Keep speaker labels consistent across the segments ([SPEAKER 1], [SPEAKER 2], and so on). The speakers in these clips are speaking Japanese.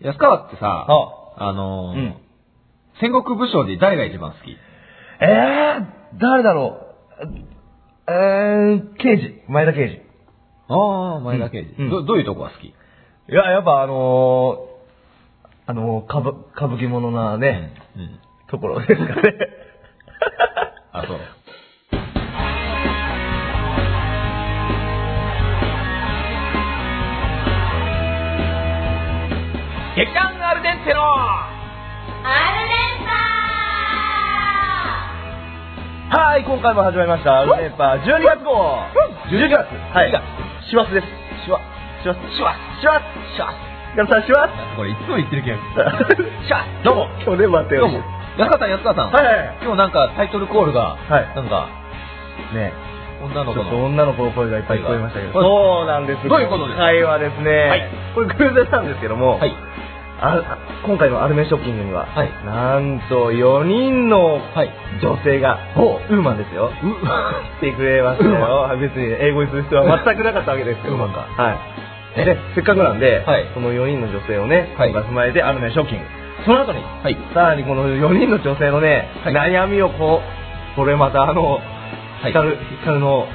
[SPEAKER 1] 安川ってさ、
[SPEAKER 2] あ
[SPEAKER 1] あのー
[SPEAKER 2] うん
[SPEAKER 1] 戦国武将で誰が一番好き
[SPEAKER 2] えー、誰だろうえー、刑事。前田刑事。
[SPEAKER 1] ああ、前田慶次、
[SPEAKER 2] うん
[SPEAKER 1] ど。どういうとこが好き
[SPEAKER 2] いや、やっぱあのー、あのー、歌舞歌舞伎者なね、
[SPEAKER 1] うんうん。
[SPEAKER 2] ところですか ね。
[SPEAKER 1] あ、そう。
[SPEAKER 2] 月刊アルデンテの
[SPEAKER 3] ア
[SPEAKER 2] はい、今回も始まりました。アルデンパー12月号 !12 月はい。師走です。師走。師走。師走。師走。師走。皆さん、師走。
[SPEAKER 1] これいつも言ってるけど。
[SPEAKER 2] 師走。どうも。去年待って
[SPEAKER 1] どうも。安川さん、安川さん。
[SPEAKER 2] はいはいはい
[SPEAKER 1] 今日なんかタイトルコールが、
[SPEAKER 2] はい
[SPEAKER 1] なんか、
[SPEAKER 2] ね
[SPEAKER 1] 女の
[SPEAKER 2] ち
[SPEAKER 1] 子
[SPEAKER 2] ょっと
[SPEAKER 1] の。
[SPEAKER 2] 女の子の声がいっぱい聞こえましたけど。
[SPEAKER 1] はい
[SPEAKER 2] そうなんです。
[SPEAKER 1] どういうことですか
[SPEAKER 2] 今回はですね、
[SPEAKER 1] はい
[SPEAKER 2] これ偶然なんですけども、
[SPEAKER 1] はい。
[SPEAKER 2] あ今回のアルメショッピングには、
[SPEAKER 1] はい
[SPEAKER 2] なんと4人の
[SPEAKER 1] はい。
[SPEAKER 2] 女性が、
[SPEAKER 1] ほ
[SPEAKER 2] ウーマンですよ。
[SPEAKER 1] う。
[SPEAKER 2] 来てくれましたよ。別に英語にする必要は全くなかったわけですけど。
[SPEAKER 1] ウーマンか
[SPEAKER 2] はい。で、せっかくなんで、
[SPEAKER 1] はい
[SPEAKER 2] この4人の女性をね、
[SPEAKER 1] はい
[SPEAKER 2] 今回踏まえて、あのね、ショッキング。その後に、
[SPEAKER 1] はい。
[SPEAKER 2] さらにこの4人の女性のね、
[SPEAKER 1] はい
[SPEAKER 2] 悩みをこう、これまたあの、
[SPEAKER 1] い
[SPEAKER 2] ヒカル、ヒカルの、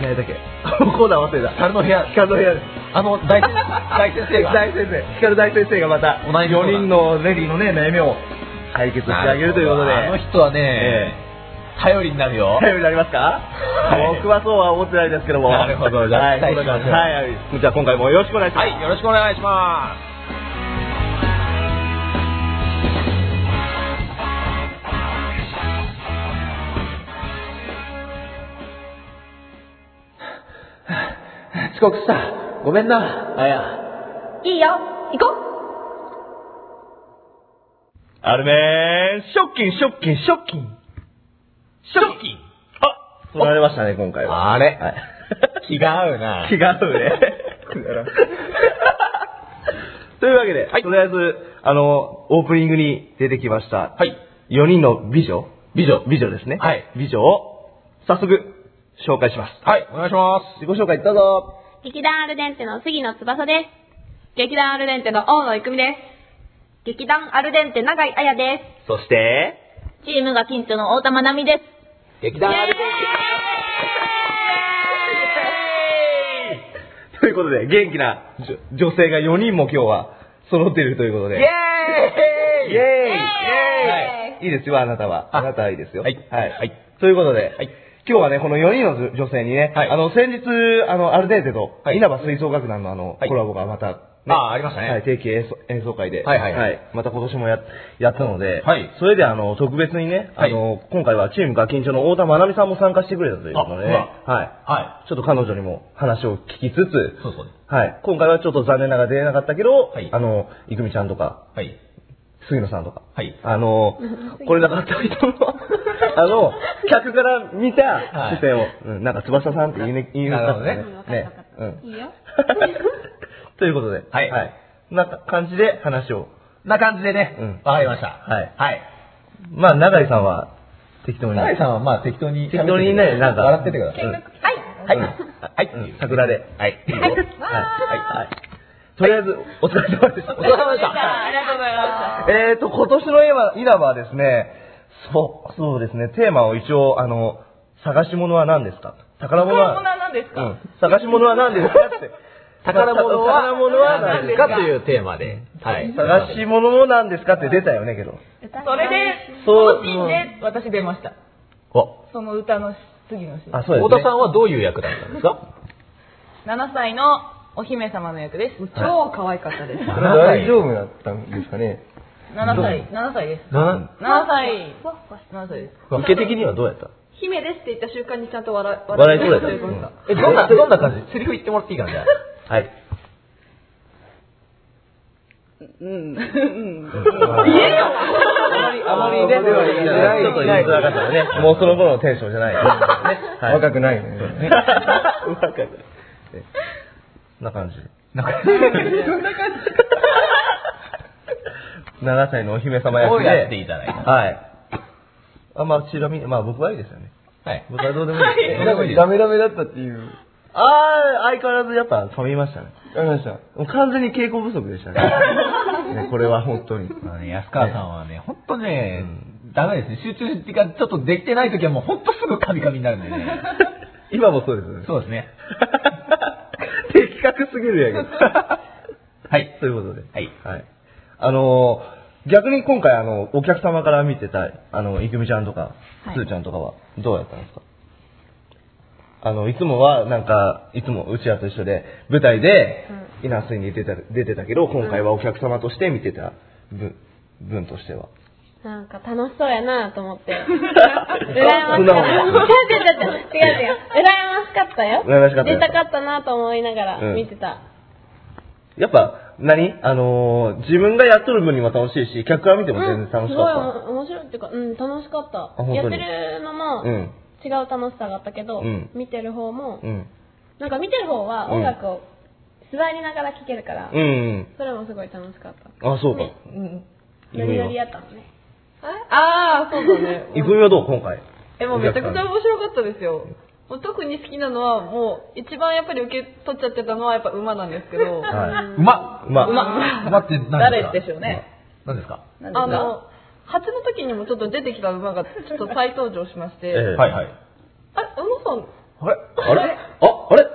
[SPEAKER 2] 何だっけ、 コーナー忘れた。ヒ
[SPEAKER 1] 彼の部屋
[SPEAKER 2] カルの部屋です。
[SPEAKER 1] あの、大、大先生が。
[SPEAKER 2] 大先生、ヒカル大先生がまた、
[SPEAKER 1] お悩み相談
[SPEAKER 2] 4人のレディのね、悩みを解決してあげるということで。
[SPEAKER 1] なるほどあの人はね、
[SPEAKER 2] え
[SPEAKER 1] 頼りになるよ。
[SPEAKER 2] 頼りになりますか、
[SPEAKER 1] い
[SPEAKER 2] 僕はそうは思ってないですけども。
[SPEAKER 1] なるほどじゃあ
[SPEAKER 2] はい、
[SPEAKER 1] 期待しましょう
[SPEAKER 2] はいはいじゃあ今回もよろしくお願いしま
[SPEAKER 1] は
[SPEAKER 2] す。
[SPEAKER 1] い、よろしくお願いします。
[SPEAKER 2] 遅刻した。ごめんな。あや。
[SPEAKER 3] ルデンサーいいよ行こう
[SPEAKER 2] あるねー。ショッキン、ショッキン、ショッキン。
[SPEAKER 1] ショッキン
[SPEAKER 2] あ取られましたね、今回は。
[SPEAKER 1] あれ、
[SPEAKER 2] はい。
[SPEAKER 1] 違うな
[SPEAKER 2] 違。うね。 というわけで、
[SPEAKER 1] はい
[SPEAKER 2] とりあえず、あの、オープニングに出てきました。
[SPEAKER 1] はい。
[SPEAKER 2] 4人の美女
[SPEAKER 1] 美女。
[SPEAKER 2] 美女ですね。
[SPEAKER 1] はい。
[SPEAKER 2] 美女を、早速、紹介します。
[SPEAKER 1] はい、お願いしま
[SPEAKER 2] 自己紹介どうぞ。
[SPEAKER 3] 劇団アルデンテの杉野翼です劇団アルデンテの大野育美です劇団アルデンテ永井彩で
[SPEAKER 2] そして、
[SPEAKER 3] すチームが近所の大玉奈美です
[SPEAKER 1] す。劇団アルデン
[SPEAKER 2] ということで、元気なじょ女性が4人も今日は揃っているということで。イェーイイェーイはい。いいですよ、あなたは。
[SPEAKER 1] あ
[SPEAKER 2] あなたはいいですよ。
[SPEAKER 1] はい
[SPEAKER 2] はい。ということで、
[SPEAKER 1] はい
[SPEAKER 2] 今日はね、この4人の女女性にね、
[SPEAKER 1] はい
[SPEAKER 2] あの、先日、あの、アルデンテと、
[SPEAKER 1] はい
[SPEAKER 2] 稲葉吹奏楽団のあの、
[SPEAKER 1] はい
[SPEAKER 2] コラボがまた、ね
[SPEAKER 1] あーありましたね
[SPEAKER 2] はい、定期演奏演奏会で、
[SPEAKER 1] はいはい
[SPEAKER 2] また今年もや、やったので、
[SPEAKER 1] はい
[SPEAKER 2] それであの、特別にね、あの、今回はチームが緊張の太田真奈美さんも参加してくれたということでね、
[SPEAKER 1] あ
[SPEAKER 2] はい。
[SPEAKER 1] は
[SPEAKER 2] ちょっと彼女にも話を聞きつ
[SPEAKER 1] い。
[SPEAKER 2] つ、
[SPEAKER 1] そうそうね。
[SPEAKER 2] はい、今回はちょっと残念ながら出れなかったけど、
[SPEAKER 1] はい
[SPEAKER 2] あの、いくみちゃんとか、
[SPEAKER 1] はい。
[SPEAKER 2] 杉野さんとか、
[SPEAKER 1] はい。
[SPEAKER 2] あの
[SPEAKER 3] う、ん
[SPEAKER 2] これなかった人の、あの、客から見た視線を、うん、なんか翼さんって言いね、言いにくかった
[SPEAKER 1] な
[SPEAKER 2] ね
[SPEAKER 1] る
[SPEAKER 3] ほど。ね
[SPEAKER 2] ね
[SPEAKER 3] わかっ。
[SPEAKER 2] う
[SPEAKER 3] た
[SPEAKER 2] ん。
[SPEAKER 3] いいよ
[SPEAKER 2] ということで、
[SPEAKER 1] はい
[SPEAKER 2] はい。なんか感じで話を。
[SPEAKER 1] な感じでね
[SPEAKER 2] うん、
[SPEAKER 1] わ、かりました。
[SPEAKER 2] はい
[SPEAKER 1] はい。
[SPEAKER 2] まあ、永井さんは適当に。
[SPEAKER 1] 永井さんはまあ適当に喋ってて
[SPEAKER 2] 適当にねなんか
[SPEAKER 1] 笑っててください。
[SPEAKER 2] うん
[SPEAKER 3] はい
[SPEAKER 1] はい。
[SPEAKER 2] うん
[SPEAKER 1] はい
[SPEAKER 2] うん。桜で
[SPEAKER 1] はい。
[SPEAKER 2] はい。
[SPEAKER 3] はい
[SPEAKER 2] はい。
[SPEAKER 3] わ
[SPEAKER 2] はい。とりあえず、お疲れ様でした。
[SPEAKER 1] お疲れ様でした
[SPEAKER 3] ありがとうございま
[SPEAKER 2] えーと、今年の稲葉はですね、そう、そうですね、テーマを一応、あの、探し物は何ですか宝物は、
[SPEAKER 3] なんです
[SPEAKER 2] うん、探し物は何ですかって。
[SPEAKER 1] 宝物は、
[SPEAKER 2] 宝物は何ですか
[SPEAKER 1] というテーマで。はい。
[SPEAKER 2] 探し物も何ですかって出たよね、けど。
[SPEAKER 4] それで、
[SPEAKER 2] そう
[SPEAKER 4] 個人で私出ました。その歌の次のシーン。
[SPEAKER 2] あ、そうです、ね。
[SPEAKER 1] 太田さんはどういう役だったんですか
[SPEAKER 4] 7歳のお姫様の役です。超可愛かったです。
[SPEAKER 2] これ大丈夫だったんですかね。
[SPEAKER 4] 7歳、7歳です。
[SPEAKER 1] な、
[SPEAKER 4] 7歳、7歳です。
[SPEAKER 2] 受け的にはどうやった
[SPEAKER 4] 姫ですって言った瞬間にちゃんと笑
[SPEAKER 2] 笑いそうやったよね。
[SPEAKER 1] え、どんな、どんな感じセリフ言ってもらっていいかなじゃあ
[SPEAKER 2] はい。あまりね、ちょっと言いづらかったらね、もうその頃のテンションじゃない。 若くないよ ね。若くない。な感じ。
[SPEAKER 1] なんか、
[SPEAKER 2] 7歳のお姫様役で。
[SPEAKER 1] をやっていただいた
[SPEAKER 2] はい。あ、まあ、ちなみに、まあ僕はいいですよね。
[SPEAKER 1] はい。
[SPEAKER 2] 僕はどうでもいいですね。
[SPEAKER 1] どうでもいいです
[SPEAKER 2] メダメだったっていう。あー、相変わらずやっぱ噛みましたね。噛みました。完全に稽古不足でしたね。 ねこれは本当に。
[SPEAKER 5] あのね安川さんはね、ほんとね、ダメですね。集中がちょっとできてない時はもうほんとすぐカミカミになるんでね。
[SPEAKER 2] 今もそうです ね。
[SPEAKER 5] そうですね。
[SPEAKER 2] 的確すぎる やけど。
[SPEAKER 5] はい。
[SPEAKER 2] ということで。
[SPEAKER 5] はい。
[SPEAKER 2] はい。あのー逆に今回、あの、お客様から見てた、あの、いくみちゃんとか、
[SPEAKER 4] はい
[SPEAKER 2] すーちゃんとかは、どうやったんですかあの、いつもは、なんか、いつもうちらと一緒で、舞台で、稲水に出てた、出てたけど、今回はお客様として見てた分、分としては。
[SPEAKER 3] なんか楽しそうやなと思って。羨
[SPEAKER 2] そ
[SPEAKER 3] ま
[SPEAKER 2] ん
[SPEAKER 3] し
[SPEAKER 2] な
[SPEAKER 3] か
[SPEAKER 2] も
[SPEAKER 3] っ
[SPEAKER 2] ん
[SPEAKER 3] た。違う違う違う。違う違う。羨ましかったよ。
[SPEAKER 2] 羨ましかった
[SPEAKER 3] 出たかったなと思いなが
[SPEAKER 2] う
[SPEAKER 3] ら
[SPEAKER 2] ん
[SPEAKER 3] 見てた。
[SPEAKER 2] やっぱ、何あのー自分がやっとる分にも楽しいし、客から見ても全然楽しか
[SPEAKER 3] うん
[SPEAKER 2] っ
[SPEAKER 3] すごい面白いっていうか、うん、楽しかった
[SPEAKER 2] 本当。に
[SPEAKER 3] やってる
[SPEAKER 2] た。
[SPEAKER 3] のも
[SPEAKER 2] うん。
[SPEAKER 3] 違う楽しさがあったけど
[SPEAKER 2] うん、
[SPEAKER 3] 見てる方も
[SPEAKER 2] う、ん。
[SPEAKER 3] なんか見てる方は音楽を座りながら聴けるから
[SPEAKER 2] う、ん。
[SPEAKER 3] それもすごい楽しかった。
[SPEAKER 2] あ、そうか。
[SPEAKER 4] うん。
[SPEAKER 2] いろ
[SPEAKER 3] ノ
[SPEAKER 2] い
[SPEAKER 3] リ
[SPEAKER 2] ろ
[SPEAKER 3] ノリやったのね。
[SPEAKER 4] ああ、そうだ ね。
[SPEAKER 2] いくみはどう今回。
[SPEAKER 4] え、もうめちゃくちゃ面白かったですよ。もう特に好きなのは、もう、一番やっぱり受け取っちゃってたのは、やっぱ馬 なんですけど、
[SPEAKER 2] は
[SPEAKER 5] うま
[SPEAKER 2] い。まあ、
[SPEAKER 4] 馬、
[SPEAKER 5] うまって何ですか
[SPEAKER 4] 誰でしょうね。
[SPEAKER 5] 何ですか
[SPEAKER 4] あの、初の時にもちょっと出てきた馬が、ちょっと再登場しまして、
[SPEAKER 2] ええ
[SPEAKER 5] はいはい。
[SPEAKER 4] あれ、馬さん、
[SPEAKER 5] あれ
[SPEAKER 2] あれあ、あれ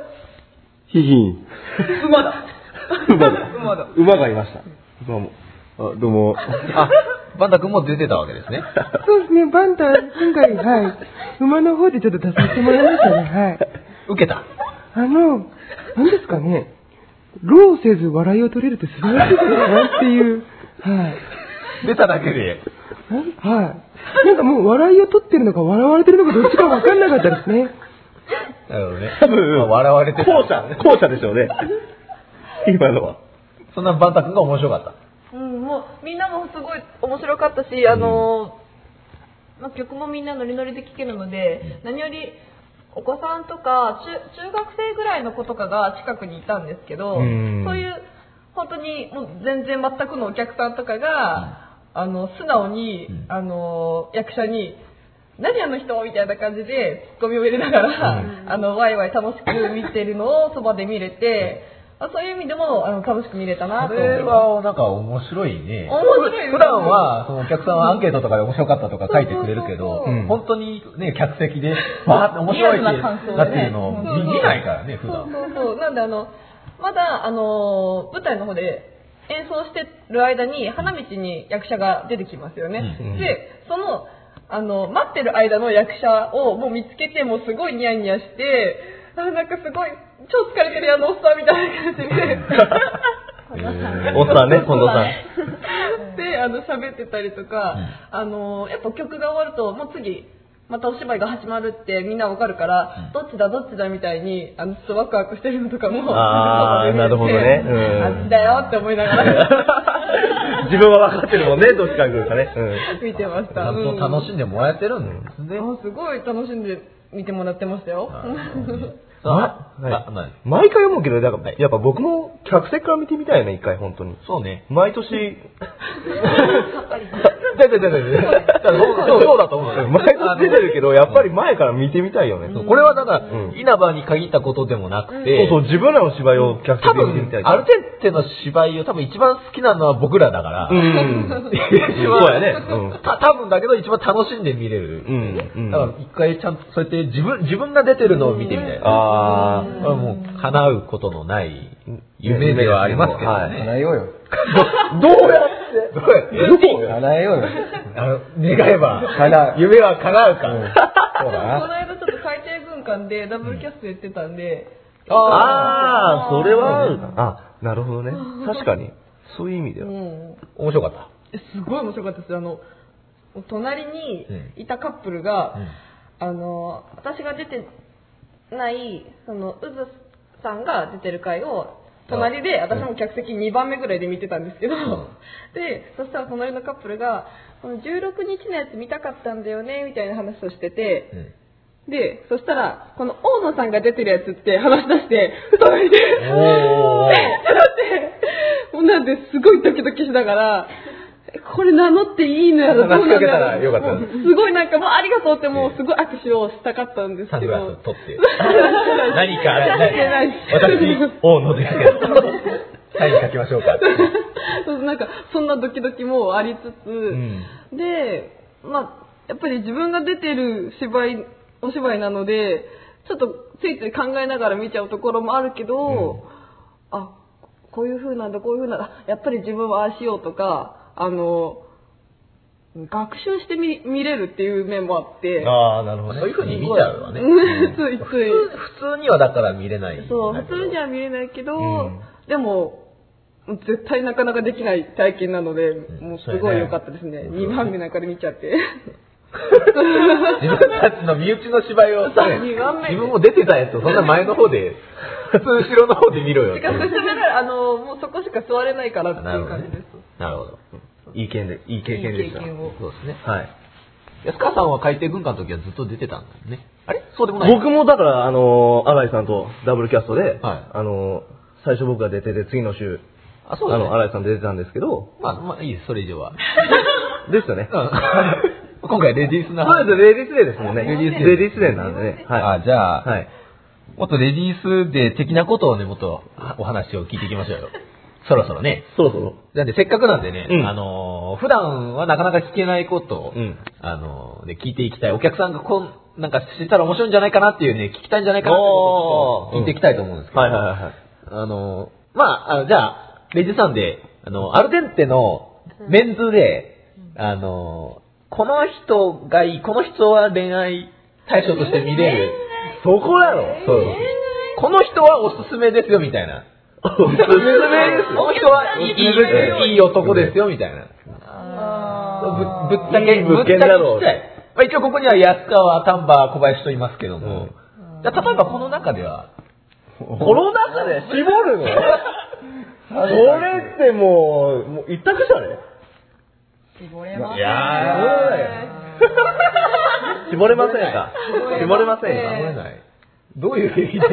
[SPEAKER 2] ヒヒン。
[SPEAKER 4] 馬だ。
[SPEAKER 2] 馬だ。
[SPEAKER 4] 馬だ
[SPEAKER 2] 馬がいました。馬も。あ、どうも。
[SPEAKER 1] あ、バンダ君も出てたわけですね。
[SPEAKER 6] そうですね、バンタ、今回、 はい、馬の方でちょっと出させてもらいましたね、はい。
[SPEAKER 1] 受けた。
[SPEAKER 6] あの、なんですかね、ローせず笑いを取れるって素晴らしいことだなっていう、はい。
[SPEAKER 1] 出ただけで。
[SPEAKER 6] なんはい。なんかもう笑いを取ってるのか笑われてるのかどっちか分かんなかったですね。
[SPEAKER 1] なるほどね。
[SPEAKER 2] 多分、
[SPEAKER 1] まあ笑われてた
[SPEAKER 2] 後者、後者でしょうね。今のは。
[SPEAKER 1] そんなバンダ君が面白かった。
[SPEAKER 4] うん、もう、みんなもすごい面白かったし、あのーまあ、曲もみんなノリノリで聴けるので、何より、お子さんとか中、中学生ぐらいの子とかが近くにいたんですけど、そ
[SPEAKER 2] う
[SPEAKER 4] う
[SPEAKER 2] ん
[SPEAKER 4] いう、本当にもう全然全くのお客さんとかが、あの、素直に、
[SPEAKER 1] ん
[SPEAKER 4] あのー、役者に、何あの人みたいな感じで、ツッコミを入れながら、あの、ワイワイ楽しく見てるのをそばで見れて、あそういう意味でも、あの、楽しく見れたな
[SPEAKER 5] あ
[SPEAKER 4] と思います
[SPEAKER 5] れはなんか面白いね。
[SPEAKER 4] 面白い
[SPEAKER 5] 普段は、そのお客さんはアンケートとかで面白かったとか書いてくれるけど、
[SPEAKER 2] そうそう
[SPEAKER 5] 本当にね、客席で、わーって面白い
[SPEAKER 4] リアルな感想
[SPEAKER 5] って
[SPEAKER 4] でね
[SPEAKER 5] なってるのを見見ないからね、普
[SPEAKER 4] そう
[SPEAKER 5] 段。
[SPEAKER 4] そうそう。なんであの、まだあの、舞台の方で演奏してる間に花道に役者が出てきますよね。
[SPEAKER 2] うん
[SPEAKER 4] で、その、あの、待ってる間の役者をもう見つけて、もうすごいニヤニヤして、あ、なんかすごい、超疲れてるやんのおっさんみたいな感じ
[SPEAKER 2] おっさんね、近藤さん。
[SPEAKER 4] で、で、あの、喋ってたりとか、あの、やっぱ曲が終わると、もう次、またお芝居が始まるってみんなわかるから、どっちだどっちだみたいに、あの、ちょっとワクワクしてるのとかも、
[SPEAKER 2] あ ーなるほどねうん
[SPEAKER 4] あっちだよって思いながら
[SPEAKER 2] 自分は分かってるもんね、どっちから来るかね。うん。
[SPEAKER 4] 見てまし
[SPEAKER 5] ち
[SPEAKER 4] た。
[SPEAKER 5] ゃんと楽しんでもらえてるんですね。
[SPEAKER 4] うんあすごい楽しんで見てもらってましたよ。
[SPEAKER 1] あ、
[SPEAKER 2] はい
[SPEAKER 1] あない
[SPEAKER 2] 毎回思うけど、だからやっぱ僕も客席から見てみたいね、一回、本当に。
[SPEAKER 1] そうね。
[SPEAKER 2] 毎年、
[SPEAKER 1] だだだだだそうそうだと思うよ。
[SPEAKER 2] 毎年出てるけど、やっぱり前から見てみたいよね。
[SPEAKER 1] そうこれはだから
[SPEAKER 2] うん、
[SPEAKER 1] 稲葉に限ったことでもなくて、
[SPEAKER 2] そうそう、自分らの芝居を客
[SPEAKER 1] 多
[SPEAKER 2] 席で見てみ
[SPEAKER 1] 分
[SPEAKER 2] たい。、
[SPEAKER 1] アルテンテの芝居を多分一番好きなのは僕らだから、
[SPEAKER 2] うん。
[SPEAKER 1] 一番
[SPEAKER 2] そうやねうん
[SPEAKER 1] た多分だけど一番楽しんで見れる。
[SPEAKER 2] うんうん
[SPEAKER 1] だから一回ちゃんとそうやって自分、自分が出てるのを見てみたい。あ
[SPEAKER 2] あー。
[SPEAKER 1] もう、叶うことのない夢ではありますけどね。
[SPEAKER 7] 叶えようよ。
[SPEAKER 2] どうやっ て
[SPEAKER 1] どうやって
[SPEAKER 7] 叶えようよ。
[SPEAKER 1] あの、願えば、
[SPEAKER 7] 叶う
[SPEAKER 1] 夢は叶うか。
[SPEAKER 4] でも この間ちょっと海底軍艦でダブルキャストやってたんで、
[SPEAKER 2] ああ、それはあるな。あ、なるほどね。確かに。そういう意味で
[SPEAKER 4] う
[SPEAKER 2] は。
[SPEAKER 4] ん、
[SPEAKER 1] 面白かった。
[SPEAKER 4] えすごい面白かったですあの隣に
[SPEAKER 1] う
[SPEAKER 4] いたカップルが、あの私が出てないそのうずさんが出てる回を隣で私も客席2番目ぐらいで見てたんですけど、 でそしたら隣のカップルがこの16日のやつ見たかったんだよねみたいな話をしてて、で、そしたら、この大野さんが出てるやつって話し出して、二人で、
[SPEAKER 1] おー
[SPEAKER 4] えってな って、もうなんですごいドキドキしながら、えこれ名乗っていいのやろ、
[SPEAKER 1] 話しかけたら
[SPEAKER 4] どうなんだ
[SPEAKER 1] よかっ
[SPEAKER 4] ろう
[SPEAKER 1] た
[SPEAKER 4] もうすごいなんか、もうありがとうってもうすごい握手をしたかったんです
[SPEAKER 1] サン
[SPEAKER 4] け
[SPEAKER 1] グ
[SPEAKER 4] ど、
[SPEAKER 1] ラ
[SPEAKER 4] やっ
[SPEAKER 1] ス取っ て。何か、
[SPEAKER 4] てないし。
[SPEAKER 1] 私、大野ですけど、サイン書きましょうか。
[SPEAKER 4] そうなんかそんなドキドキもありつつ、
[SPEAKER 2] ん
[SPEAKER 4] で、まあ、やっぱり自分が出てる芝居お芝居なのでちょっとついつい考えながら見ちゃうところもあるけど、あこういう風なんだこういう風なんだやっぱり自分はああしようとかあの学習してみ見れるっていう面もあって
[SPEAKER 2] ああ、なるほどね。
[SPEAKER 1] そういう風に見ちゃう わね。
[SPEAKER 4] ついつい
[SPEAKER 1] 普通にはだから見れない。
[SPEAKER 4] そう、普通には見れないけど、
[SPEAKER 2] うん
[SPEAKER 4] でも、絶対なかなかできない体験なので、
[SPEAKER 1] ん
[SPEAKER 4] もうすごい良かったですね。2番目なんかで見ちゃって。
[SPEAKER 1] 自分たちの身内の芝居を、ね
[SPEAKER 4] そう二番目
[SPEAKER 1] 自分も出てたやつをそんな前の方で、普通後ろの方で見ろよっ
[SPEAKER 4] してかも進められ、あの、もうそこしか座れないからって
[SPEAKER 1] なる
[SPEAKER 4] いう
[SPEAKER 1] ほど
[SPEAKER 4] 感じ
[SPEAKER 1] ね
[SPEAKER 4] です。。
[SPEAKER 1] なるほど。
[SPEAKER 2] いい経験で、いい経験でした。
[SPEAKER 4] いい経験を
[SPEAKER 1] そうですね。
[SPEAKER 2] はい。
[SPEAKER 1] 安川さんは海底軍艦の時はずっと出てたんだよね。あれそうでもない。
[SPEAKER 2] 僕もだから、あのー、新井さんとダブルキャストで、
[SPEAKER 1] はい
[SPEAKER 2] あのー、最初僕が出てて、次の週、
[SPEAKER 1] あ、そうだね
[SPEAKER 2] の、。新井さん出てたんですけど、
[SPEAKER 1] まあ、まあいいです、それ以上は。
[SPEAKER 2] ですよね。
[SPEAKER 1] うん 今回レディースな。
[SPEAKER 2] そうです、レディースデーですもんね。
[SPEAKER 1] レディースデー
[SPEAKER 2] レディースデーなんでね。はい。
[SPEAKER 1] あ、じゃあ、
[SPEAKER 2] はい。
[SPEAKER 1] もっとレディースデー的なことをね、もっとお話を聞いていきましょうよ。 そろそろね。
[SPEAKER 2] そろそろ。
[SPEAKER 1] なんでせっかくなんでね、
[SPEAKER 2] うん
[SPEAKER 1] あのー普段はなかなか聞けないことを、
[SPEAKER 2] うん
[SPEAKER 1] あのーね聞いていきたい。お客さんがこん、なんか知ったら面白いんじゃないかなっていうね、聞きたいんじゃないかなってことを聞いていきたいと思うんですけど、
[SPEAKER 2] はいはいはいはい。
[SPEAKER 1] あのーまあ、あのじゃあ、レジさんで、あの、アルデンテのメンズで、あのーこの人がいい、この人は恋愛対象として見れる。そこだろそうこの人はおすすめですよ、みたいな。 おすすめですこの人はいいいいいい男ですよ、みたいな。ぶぶっちゃけ、
[SPEAKER 2] いい物件だろう
[SPEAKER 1] ぶっちゃけちっちゃいまあ、一応ここには安川、丹波、小林といますけども、じゃあ例えばこの中では、
[SPEAKER 2] この中で絞る のそれってもう、もう一択じゃね
[SPEAKER 7] 絞れま
[SPEAKER 1] い
[SPEAKER 7] せん
[SPEAKER 2] や絞れませんか絞れませんか
[SPEAKER 1] 守れない。どういう意味でど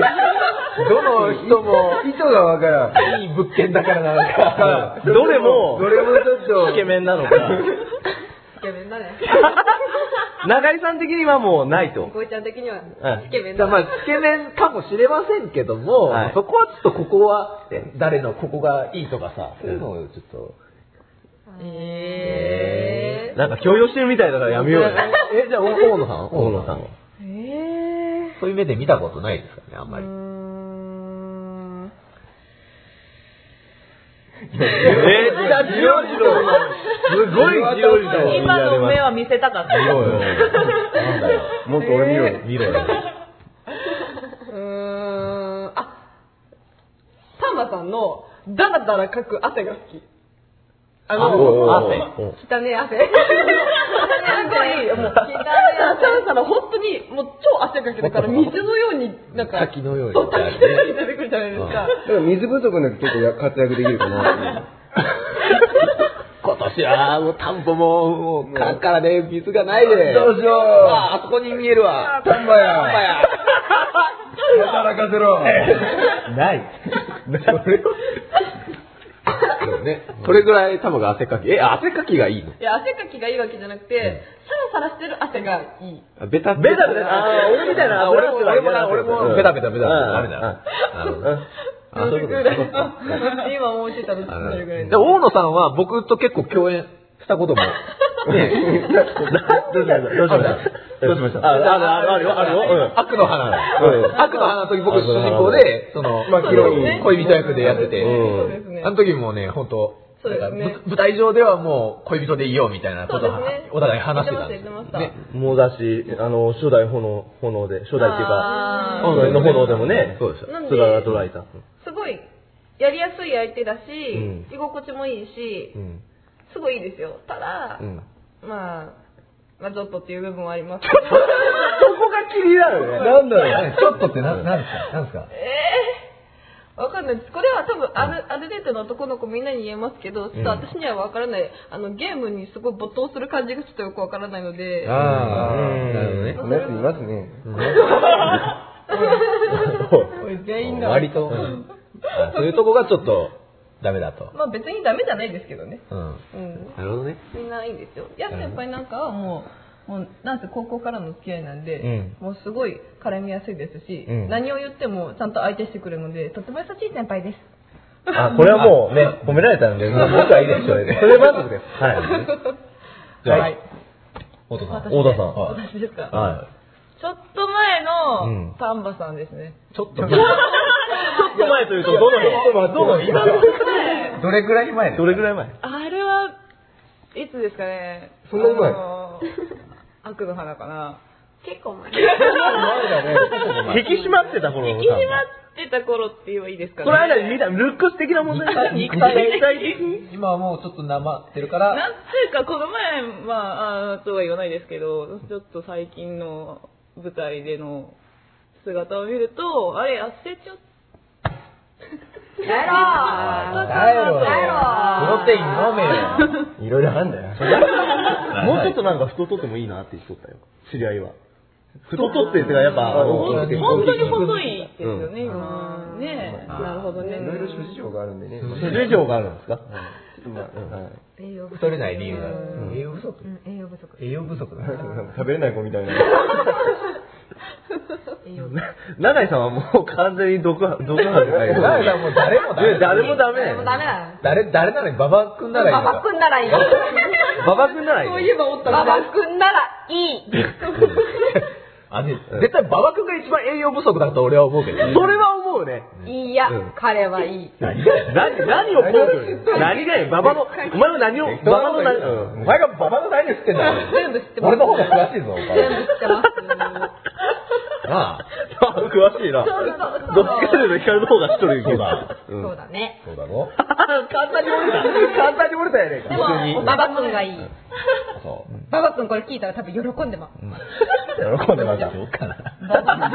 [SPEAKER 1] の人も、
[SPEAKER 5] 意図がわからん。
[SPEAKER 1] いい物件だからなのか。
[SPEAKER 2] どれも、
[SPEAKER 5] どれもちょっと
[SPEAKER 2] イケメンなのか。
[SPEAKER 4] イケメンだ ね。
[SPEAKER 2] 中井さん的にはもうないと。
[SPEAKER 4] ゴイちゃん的には
[SPEAKER 2] はい、
[SPEAKER 4] イケメン
[SPEAKER 1] じゃ
[SPEAKER 4] だ
[SPEAKER 1] あまあ、
[SPEAKER 4] ね。
[SPEAKER 1] つけ麺かもしれませんけども、
[SPEAKER 2] はい
[SPEAKER 1] そこはちょっとここは、誰のここがいいとかさ、そういうのをちょっと。
[SPEAKER 4] え
[SPEAKER 2] なんか強要してるみたいだからやめようよ。
[SPEAKER 1] え、じゃあ、大野さん
[SPEAKER 2] 大野さんは。
[SPEAKER 4] ー。え
[SPEAKER 1] そういう目で見たことないですかね、あんま
[SPEAKER 4] ー。う
[SPEAKER 1] り。
[SPEAKER 4] ーん。
[SPEAKER 2] めっちゃじろじろ。すごいじろじろ。
[SPEAKER 7] 今の目は見せたかった。
[SPEAKER 1] なんだよ。
[SPEAKER 2] もっと俺見ろよ。
[SPEAKER 1] 見ろよ。
[SPEAKER 4] うーん。あ、丹波さんのダラダラかく汗が好き。あの、
[SPEAKER 2] 汗。
[SPEAKER 4] 汚ねえ汗。すごい、もう、汚ねえ汗。サウナの本当に、もう超汗かけてから、水のように、なんか、
[SPEAKER 1] 滝のように。
[SPEAKER 4] そう滝のように出てくるじゃないですか。
[SPEAKER 6] だから水不足な時結構や活躍できるかなっていう。
[SPEAKER 1] 今年は、もう、田んぼも、もう、カラッカラで、水がないで。
[SPEAKER 5] どうしよう
[SPEAKER 1] あ、あそこに見えるわ。
[SPEAKER 5] 丹波や
[SPEAKER 1] 丹波や。
[SPEAKER 5] 働かせ ろ。
[SPEAKER 2] ない。
[SPEAKER 1] そうね。それぐらい、多分汗かき。え、汗かきがいいの
[SPEAKER 4] いや、汗かきがいいわけじゃなくて、サラサラしてる汗がいい。
[SPEAKER 1] あベタ
[SPEAKER 2] ベタベタあー俺みたいな
[SPEAKER 1] あ俺も、
[SPEAKER 2] 俺
[SPEAKER 1] 俺
[SPEAKER 2] も
[SPEAKER 1] もな、俺
[SPEAKER 2] う
[SPEAKER 1] も、
[SPEAKER 2] ん
[SPEAKER 1] ベタベタベタ。
[SPEAKER 2] うん
[SPEAKER 1] ダメだ。なるほど。あ、そういうこと
[SPEAKER 4] ぐ らいの今思いついたの、そ
[SPEAKER 1] あな
[SPEAKER 4] れ
[SPEAKER 1] る
[SPEAKER 4] ぐらい
[SPEAKER 1] ほどで大野さんは僕と結構共演したことも。ね
[SPEAKER 2] どうしましたどうしました
[SPEAKER 1] どうしました
[SPEAKER 2] あ、あああるよ、あるよ。
[SPEAKER 1] 悪の花
[SPEAKER 2] うん
[SPEAKER 1] 悪の花の時僕主人公で、その、
[SPEAKER 2] まあヒロイン
[SPEAKER 1] 恋人役でやってて、
[SPEAKER 2] うん
[SPEAKER 4] そうですね
[SPEAKER 1] あの時もね、本当
[SPEAKER 4] そうですね
[SPEAKER 1] なんかぶ舞台上ではもう恋人でいようみたいなことを
[SPEAKER 4] そうですね
[SPEAKER 1] お互い話してたんです
[SPEAKER 4] 言
[SPEAKER 1] よ
[SPEAKER 4] ってました言ってま
[SPEAKER 2] うん。もうだし、あの、初代炎、炎で、初代っていうか、
[SPEAKER 7] あ
[SPEAKER 2] それの炎でもね、
[SPEAKER 1] そうですよ
[SPEAKER 4] なんで
[SPEAKER 2] つららとらいた。
[SPEAKER 4] すごい、やりやすい相手だし、
[SPEAKER 2] ん
[SPEAKER 4] 居心地もいいし
[SPEAKER 2] う、ん。
[SPEAKER 4] すごいいいですよ。ただ
[SPEAKER 2] う、ん。
[SPEAKER 4] まあ、まあちょっとっていう部分はありま
[SPEAKER 2] そ
[SPEAKER 4] す。
[SPEAKER 2] こが気になるね。なんだろう。
[SPEAKER 5] ちょっとってな、なんですかなんですか
[SPEAKER 4] わかんないです。これは多分アル、アルデートの男の子みんなに言えますけど、ちょっと私にはわからない、あの、ゲームにすごい没頭する感じがちょっとよくわからないので、
[SPEAKER 1] あ
[SPEAKER 2] う
[SPEAKER 1] ー
[SPEAKER 2] ん
[SPEAKER 1] なるほどね。
[SPEAKER 6] いますいますね。
[SPEAKER 4] 全員が、
[SPEAKER 1] 割と、あそういうとこがちょっとダメだと。
[SPEAKER 4] まあ別にダメじゃないですけどね。
[SPEAKER 1] うん。
[SPEAKER 4] うん。
[SPEAKER 1] なるほどね。
[SPEAKER 4] みんないいんですよ。やっやっぱりなんかはもう、もうなんせ高校からの付き合いなんで、
[SPEAKER 2] うん
[SPEAKER 4] もうすごい絡みやすいですし、
[SPEAKER 2] うん
[SPEAKER 4] 何を言ってもちゃんと相手してくれるので、とても優しい先輩です。
[SPEAKER 2] あ、これはもうね、褒められたんで、まあ僕はいいです、それで。それ満足です。はい。
[SPEAKER 1] じゃあ、
[SPEAKER 7] はい
[SPEAKER 1] 大田さん。
[SPEAKER 2] 大田さん
[SPEAKER 1] はい
[SPEAKER 7] 私ですか
[SPEAKER 2] は
[SPEAKER 7] ちょっと前
[SPEAKER 2] うん
[SPEAKER 7] の丹波さんですね。
[SPEAKER 1] ちょっと、ど
[SPEAKER 2] い。ちょっと前というと、どの辺どの辺
[SPEAKER 1] れぐらい前
[SPEAKER 2] どれぐらい前
[SPEAKER 7] あれはいつですかね
[SPEAKER 2] そんなに前
[SPEAKER 7] あの悪の花か な
[SPEAKER 3] 結構前。
[SPEAKER 2] 引き締まってた頃の
[SPEAKER 7] 引き締まってた頃って言えばいいですかね
[SPEAKER 2] この間見た、ルックス的な問題
[SPEAKER 1] 肉体的
[SPEAKER 2] 肉体的
[SPEAKER 1] 今はもうちょっとなまってるから、
[SPEAKER 7] なんていうか、この前、まあ、あーとは言わないですけど、ちょっと最近の舞台での姿を見ると、あれ、痩せちゃった
[SPEAKER 3] やろ
[SPEAKER 7] か
[SPEAKER 1] だよ
[SPEAKER 7] なと。
[SPEAKER 1] プロテイン飲めよ。
[SPEAKER 2] いろいろあんだよ。もうちょっとなんか太っとってもいいなって言っとったよ。知り合いは。太っとってっていうかやっぱ大きくて。
[SPEAKER 7] 本当に細いですよ
[SPEAKER 2] うん
[SPEAKER 7] ね、今。ねなるほどね。
[SPEAKER 6] 事情があるんでね。
[SPEAKER 2] 諸事情があるんですか
[SPEAKER 8] 栄養不
[SPEAKER 1] 太れない理由がある。栄養不足
[SPEAKER 8] うん、栄養不足。
[SPEAKER 1] 栄養不足だ。
[SPEAKER 2] 食べれない子みたいな。
[SPEAKER 8] 栄養不足。
[SPEAKER 2] 永井さんはもう完全に毒 毒なんだよ。
[SPEAKER 1] 誰だもう誰もダメ
[SPEAKER 2] いや誰もダメ。
[SPEAKER 8] でもダメだ。
[SPEAKER 1] 誰、誰なのにババ君ならいいの
[SPEAKER 3] ババ
[SPEAKER 1] か。
[SPEAKER 3] 君ならいい。
[SPEAKER 2] ババ君ならいい。そういえば
[SPEAKER 3] ババ君ならいい。
[SPEAKER 1] あね絶対ババ君が一番栄養不足だと俺は思うけどね。
[SPEAKER 2] それは思うね。
[SPEAKER 3] いいや、彼はいい。
[SPEAKER 2] 何何をポーク何がよ、ババの、お前は何を、ババの何、うん
[SPEAKER 1] お前がババの何を知ってんだろ全部知ってます。俺の方が詳しいぞ、お前。全部知ってます。なあ、
[SPEAKER 2] あ詳しいな。 どっちかというと、ヒカルの方が一人いけば。 うん
[SPEAKER 8] そうだ ね。
[SPEAKER 1] そうだろ
[SPEAKER 2] 簡単に折れた。簡単に折れたやねんか。
[SPEAKER 8] ババ君がいい。
[SPEAKER 1] そ
[SPEAKER 8] ババ君これ聞いたら多分喜んでます。
[SPEAKER 1] う。喜んでまた。どうかな。
[SPEAKER 7] ババファ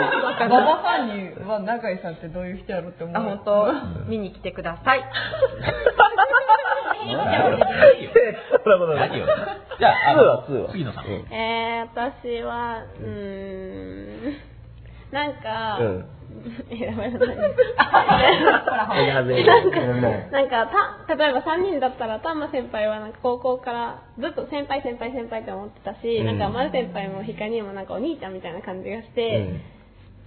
[SPEAKER 7] ンには、永井さんってどういう人やろって思う。
[SPEAKER 8] あ、本当。見に来てください。
[SPEAKER 2] そんなことない
[SPEAKER 1] 何よ。じゃあ、あ
[SPEAKER 2] ツーはツー
[SPEAKER 1] の
[SPEAKER 2] は
[SPEAKER 1] 次のさん。
[SPEAKER 3] えー、私は、うーん、なんか、
[SPEAKER 2] うん
[SPEAKER 3] えやばいやばい
[SPEAKER 2] やべえ
[SPEAKER 3] なんか
[SPEAKER 2] やべえ、
[SPEAKER 3] なんかた、例えば3人だったら、丹波先輩はなんか高校からずっと先輩先輩先輩って思ってたし、
[SPEAKER 2] うん
[SPEAKER 3] なんか丸先輩もヒカにもなんかお兄ちゃんみたいな感じがして、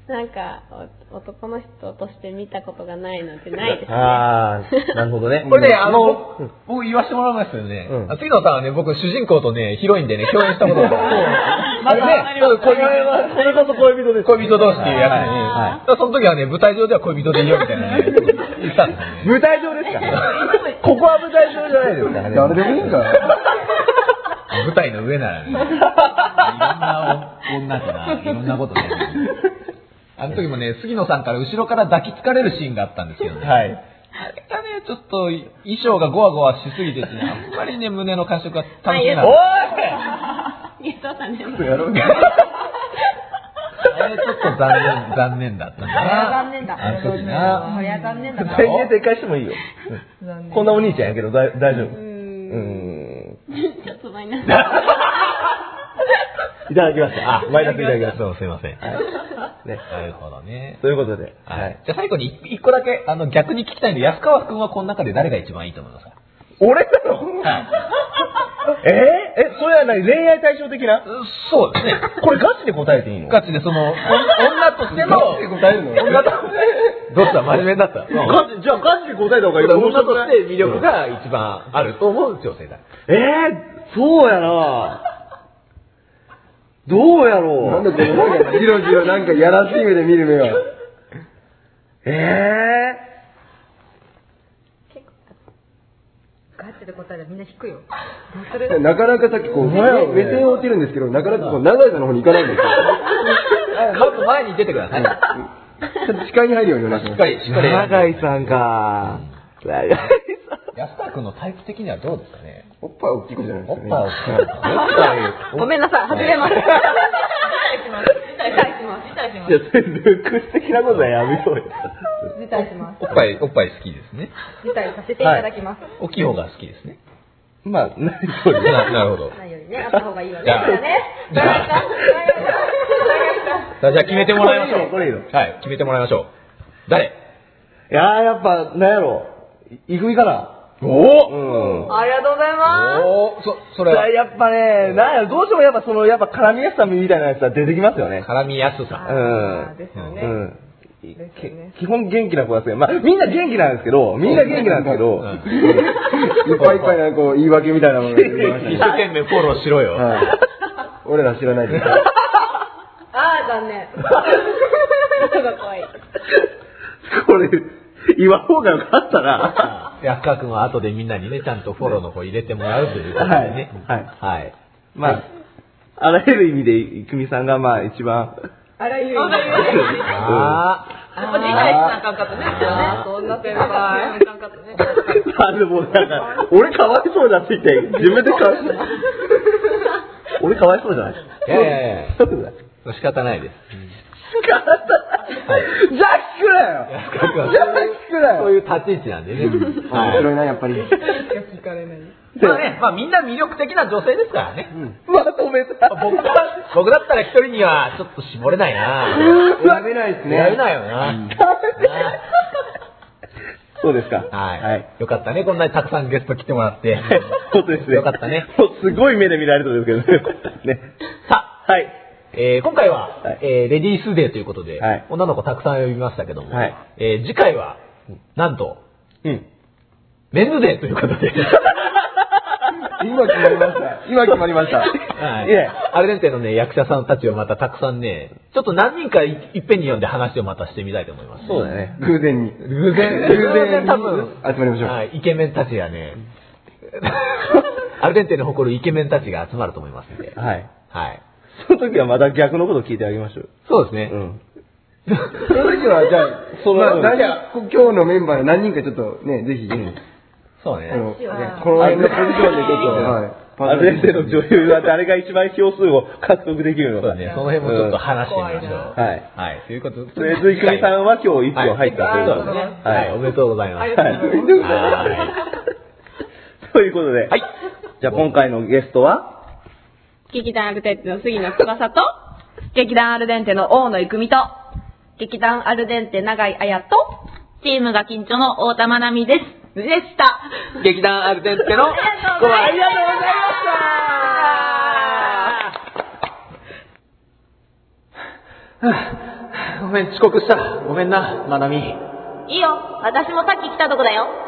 [SPEAKER 3] なんかお男の人として見たことがないなんてないですね。
[SPEAKER 2] あー、なるほどね。
[SPEAKER 1] これね、あ
[SPEAKER 2] う
[SPEAKER 1] の、僕言わせてもらいますよね。
[SPEAKER 2] うん
[SPEAKER 1] あ次のターンはね、僕主人公とね、ヒロインでね、共演したことがある。まだね、そう恋人、それこそ恋人で恋人同士っていうやつに、
[SPEAKER 2] は
[SPEAKER 1] その時はね、舞台上では恋人でいいよみたいなね、言ったんですよね。
[SPEAKER 2] ん舞台上ですから。ここは舞台上じゃないですからね。
[SPEAKER 6] 誰でもいいんかな。
[SPEAKER 1] 舞台の上ならね、いろんな女とな、いろんなことね。あの時もね、杉野さんから後ろから抱きつかれるシーンがあったんですけどね。
[SPEAKER 2] はい。
[SPEAKER 1] あれがね、ちょっと衣装がゴワゴワしすぎててね、あんまりね、胸の感触が楽しめな
[SPEAKER 2] お
[SPEAKER 1] い。
[SPEAKER 3] 言ったね。
[SPEAKER 2] いやろうね
[SPEAKER 1] あれちょっと残念、残念だった
[SPEAKER 8] これは
[SPEAKER 1] な。
[SPEAKER 8] 残念だ。
[SPEAKER 1] あの時
[SPEAKER 8] これ
[SPEAKER 1] な。
[SPEAKER 8] は残 念だな。
[SPEAKER 2] 最近撤回してもいいよ。こんなお兄ちゃんやけど、だい大丈夫。うーん。
[SPEAKER 3] ちょっとマ イナス。
[SPEAKER 2] いただきました。あ、マイナスいただきました。
[SPEAKER 1] そう、すいません。
[SPEAKER 2] ね。
[SPEAKER 1] なるほどね。
[SPEAKER 2] ということで、は
[SPEAKER 1] はい
[SPEAKER 2] い。。
[SPEAKER 1] じゃあ最後に一一個だけ、あの、逆に聞きたいんで、安川くんはこの中で誰が一番いいと思いますか
[SPEAKER 2] 俺だろえーえ、それは何恋愛対象的な
[SPEAKER 1] そうですね。
[SPEAKER 2] これガチで答えていいの
[SPEAKER 1] ガチでその、お女としての、
[SPEAKER 2] 答えるの
[SPEAKER 1] 女として、どうした真面目になった。
[SPEAKER 2] ガチ、じゃあガチで答えた方がいい
[SPEAKER 1] 女として魅力が一番あると思う女性だ。
[SPEAKER 2] えー、そうやなどうやろ
[SPEAKER 6] な
[SPEAKER 2] うん
[SPEAKER 6] だこのなんか、ジロジロなんかやらしい目で見る目は。
[SPEAKER 2] ええ
[SPEAKER 8] ガチで答えたらみんな引くよ。
[SPEAKER 6] なかなかさっきこう、目
[SPEAKER 2] 前はね
[SPEAKER 6] 目線を落ちるんですけど、なかなかこう、長井さんの方に行かないんです
[SPEAKER 1] カップ前に出てください。
[SPEAKER 6] よ。ちょっと視界に入るようにお願いし
[SPEAKER 1] しっ
[SPEAKER 6] ます
[SPEAKER 1] か。り、しっかり。
[SPEAKER 2] 長井さんか長井さん。
[SPEAKER 1] 安川くんのタイプ的にはどうですかね
[SPEAKER 6] おっぱい大きい子じゃないで
[SPEAKER 1] お
[SPEAKER 6] す
[SPEAKER 1] っ
[SPEAKER 6] か
[SPEAKER 1] ぱ
[SPEAKER 6] ね。
[SPEAKER 1] い大きい
[SPEAKER 8] ごめん
[SPEAKER 1] のかな
[SPEAKER 8] なさい。外れます。
[SPEAKER 2] いや、それルックス的なことはやめようよ。
[SPEAKER 8] 辞退します。
[SPEAKER 1] おっぱい、おっぱい好きですね。
[SPEAKER 8] 辞退させていただきます。
[SPEAKER 1] 大きい方が好きですね。
[SPEAKER 2] まあ、なそうです
[SPEAKER 1] な なるほど。
[SPEAKER 8] ないようにね、あった方がいいわね。
[SPEAKER 1] じゃあ
[SPEAKER 8] だからね。
[SPEAKER 1] じゃあ
[SPEAKER 8] 長いさん
[SPEAKER 1] さあじゃあ決めてもらいましょう。
[SPEAKER 2] これいいのこれいい
[SPEAKER 1] はい、決めてもらいましょう。誰
[SPEAKER 2] いやー、やっぱ、なんやろ。いいふいかな。
[SPEAKER 1] おお
[SPEAKER 2] うん。
[SPEAKER 8] ありがとうございます。
[SPEAKER 1] おーそ、それ
[SPEAKER 2] いや
[SPEAKER 1] は、
[SPEAKER 2] やっぱね、なんやろどうしてもやっぱその、やっぱ絡みやすさみたいなやつは出てきますよね。
[SPEAKER 1] 絡みやすさ。
[SPEAKER 2] うん。
[SPEAKER 8] ですよ
[SPEAKER 2] う
[SPEAKER 8] ね。
[SPEAKER 2] ん。
[SPEAKER 4] ですよね。
[SPEAKER 2] 基本元気な子なんですけど、まあ、みんな元気なんですけど、みんな元気なんですけど、いっぱいいっぱいなこう言い訳みたいなものが出てきましたね
[SPEAKER 1] 一生懸命フォローしろよ。
[SPEAKER 2] はい俺ら知らないです。
[SPEAKER 8] あー、残念。
[SPEAKER 3] 人が怖い。
[SPEAKER 2] これ、言わん方がよかったな。
[SPEAKER 1] 安川君は後でみんなにね、ちゃんとフォローの方入れてもらうということでね。
[SPEAKER 2] はい
[SPEAKER 1] はい。はい。
[SPEAKER 2] まあ、あらゆる意味で、いくみさんがまあ一番、
[SPEAKER 4] あらゆる
[SPEAKER 7] わかりますね。
[SPEAKER 1] あ
[SPEAKER 7] やっぱ理解しなあかんかったね。
[SPEAKER 1] あ
[SPEAKER 4] そんな先輩。
[SPEAKER 7] 理解しなあかんかったね。
[SPEAKER 2] あでもなんか、俺かわいそうだって言って、自分でかわいそう。俺かわいそうじゃない
[SPEAKER 1] いやいやいや
[SPEAKER 2] そうだ
[SPEAKER 1] ー仕方ないです。
[SPEAKER 2] ジャックだよ
[SPEAKER 1] 安川君は
[SPEAKER 2] ジャックだ
[SPEAKER 1] そう
[SPEAKER 2] よ
[SPEAKER 1] いう立ち位置なんでね。
[SPEAKER 2] 面
[SPEAKER 1] はい。
[SPEAKER 2] 白いな、やっぱり。
[SPEAKER 4] 聞かれない。
[SPEAKER 1] まあね、まあみんな魅力的な女性ですからね。
[SPEAKER 2] まとめた。
[SPEAKER 1] 僕だ僕だったら一人にはちょっと絞れないな
[SPEAKER 2] 選べないですね。
[SPEAKER 1] やれないよな。
[SPEAKER 2] そうですか。
[SPEAKER 1] はい、よかったね、こんなにたくさんゲスト来てもらって。
[SPEAKER 2] 本当ですね。
[SPEAKER 1] よかったね。
[SPEAKER 2] もうすごい目で見られたんですけどね。ね。
[SPEAKER 1] さあ、
[SPEAKER 2] はい。
[SPEAKER 1] えー今回は、
[SPEAKER 2] はい
[SPEAKER 1] えーレディースデーということで、
[SPEAKER 2] はい
[SPEAKER 1] 女の子たくさん呼びましたけども、
[SPEAKER 2] はい
[SPEAKER 1] えー次回は、なんと、
[SPEAKER 2] うん。
[SPEAKER 1] メンズデーということで、
[SPEAKER 2] 今決まりました。今決まりました。
[SPEAKER 1] はい
[SPEAKER 2] いえ。
[SPEAKER 1] アルデンテのね、役者さんたちをまたたくさんね、ちょっと何人かいいっぺんに呼んで話をまたしてみたいと思います。
[SPEAKER 2] そうだね。偶然に。
[SPEAKER 1] 偶然、
[SPEAKER 2] 偶然に
[SPEAKER 1] 多分、
[SPEAKER 2] 集まりましょう。
[SPEAKER 1] はい、イケメンたちがね、アルデンテの誇るイケメンたちが集まると思いますんで、
[SPEAKER 2] はい。
[SPEAKER 1] はい。
[SPEAKER 2] その時はまた逆のことを聞いてあげましょう。
[SPEAKER 1] そうですね。
[SPEAKER 2] ん。
[SPEAKER 9] その時は、じゃあ、
[SPEAKER 2] その
[SPEAKER 9] まあ何人今日のメンバーの何人かちょっとね、ぜひ、
[SPEAKER 1] そうね。
[SPEAKER 9] あの、ねこの辺のポジションでちょっと、はい。
[SPEAKER 2] アルデンテの女優は誰が一番票数を獲得できるの
[SPEAKER 1] そうだ
[SPEAKER 2] か。
[SPEAKER 1] ね、その辺もちょっと話してみましょう。
[SPEAKER 2] うんはい。
[SPEAKER 1] はい、ということで、
[SPEAKER 2] とりあえず、いくみさんは今日一
[SPEAKER 1] はい
[SPEAKER 2] 票入ったという
[SPEAKER 1] そ
[SPEAKER 2] こ
[SPEAKER 1] うで
[SPEAKER 2] と
[SPEAKER 1] す
[SPEAKER 2] で。
[SPEAKER 1] ねは
[SPEAKER 2] はい。
[SPEAKER 1] い、おめでとうございます。
[SPEAKER 2] はいということで。
[SPEAKER 1] はい。
[SPEAKER 2] じゃあ今回のゲストは
[SPEAKER 3] 劇団アルテッチの杉野翼と、
[SPEAKER 8] 劇団アルデンテの大野育美と、劇団アルデンテ長井彩と、チームが緊張の太田真奈美です。でした。
[SPEAKER 1] 劇団アルデンテの、ごありがとうございました
[SPEAKER 9] ごめん、遅刻した。ごめんな、まなみ。
[SPEAKER 8] いいよ。私もさっき来たとこだよ。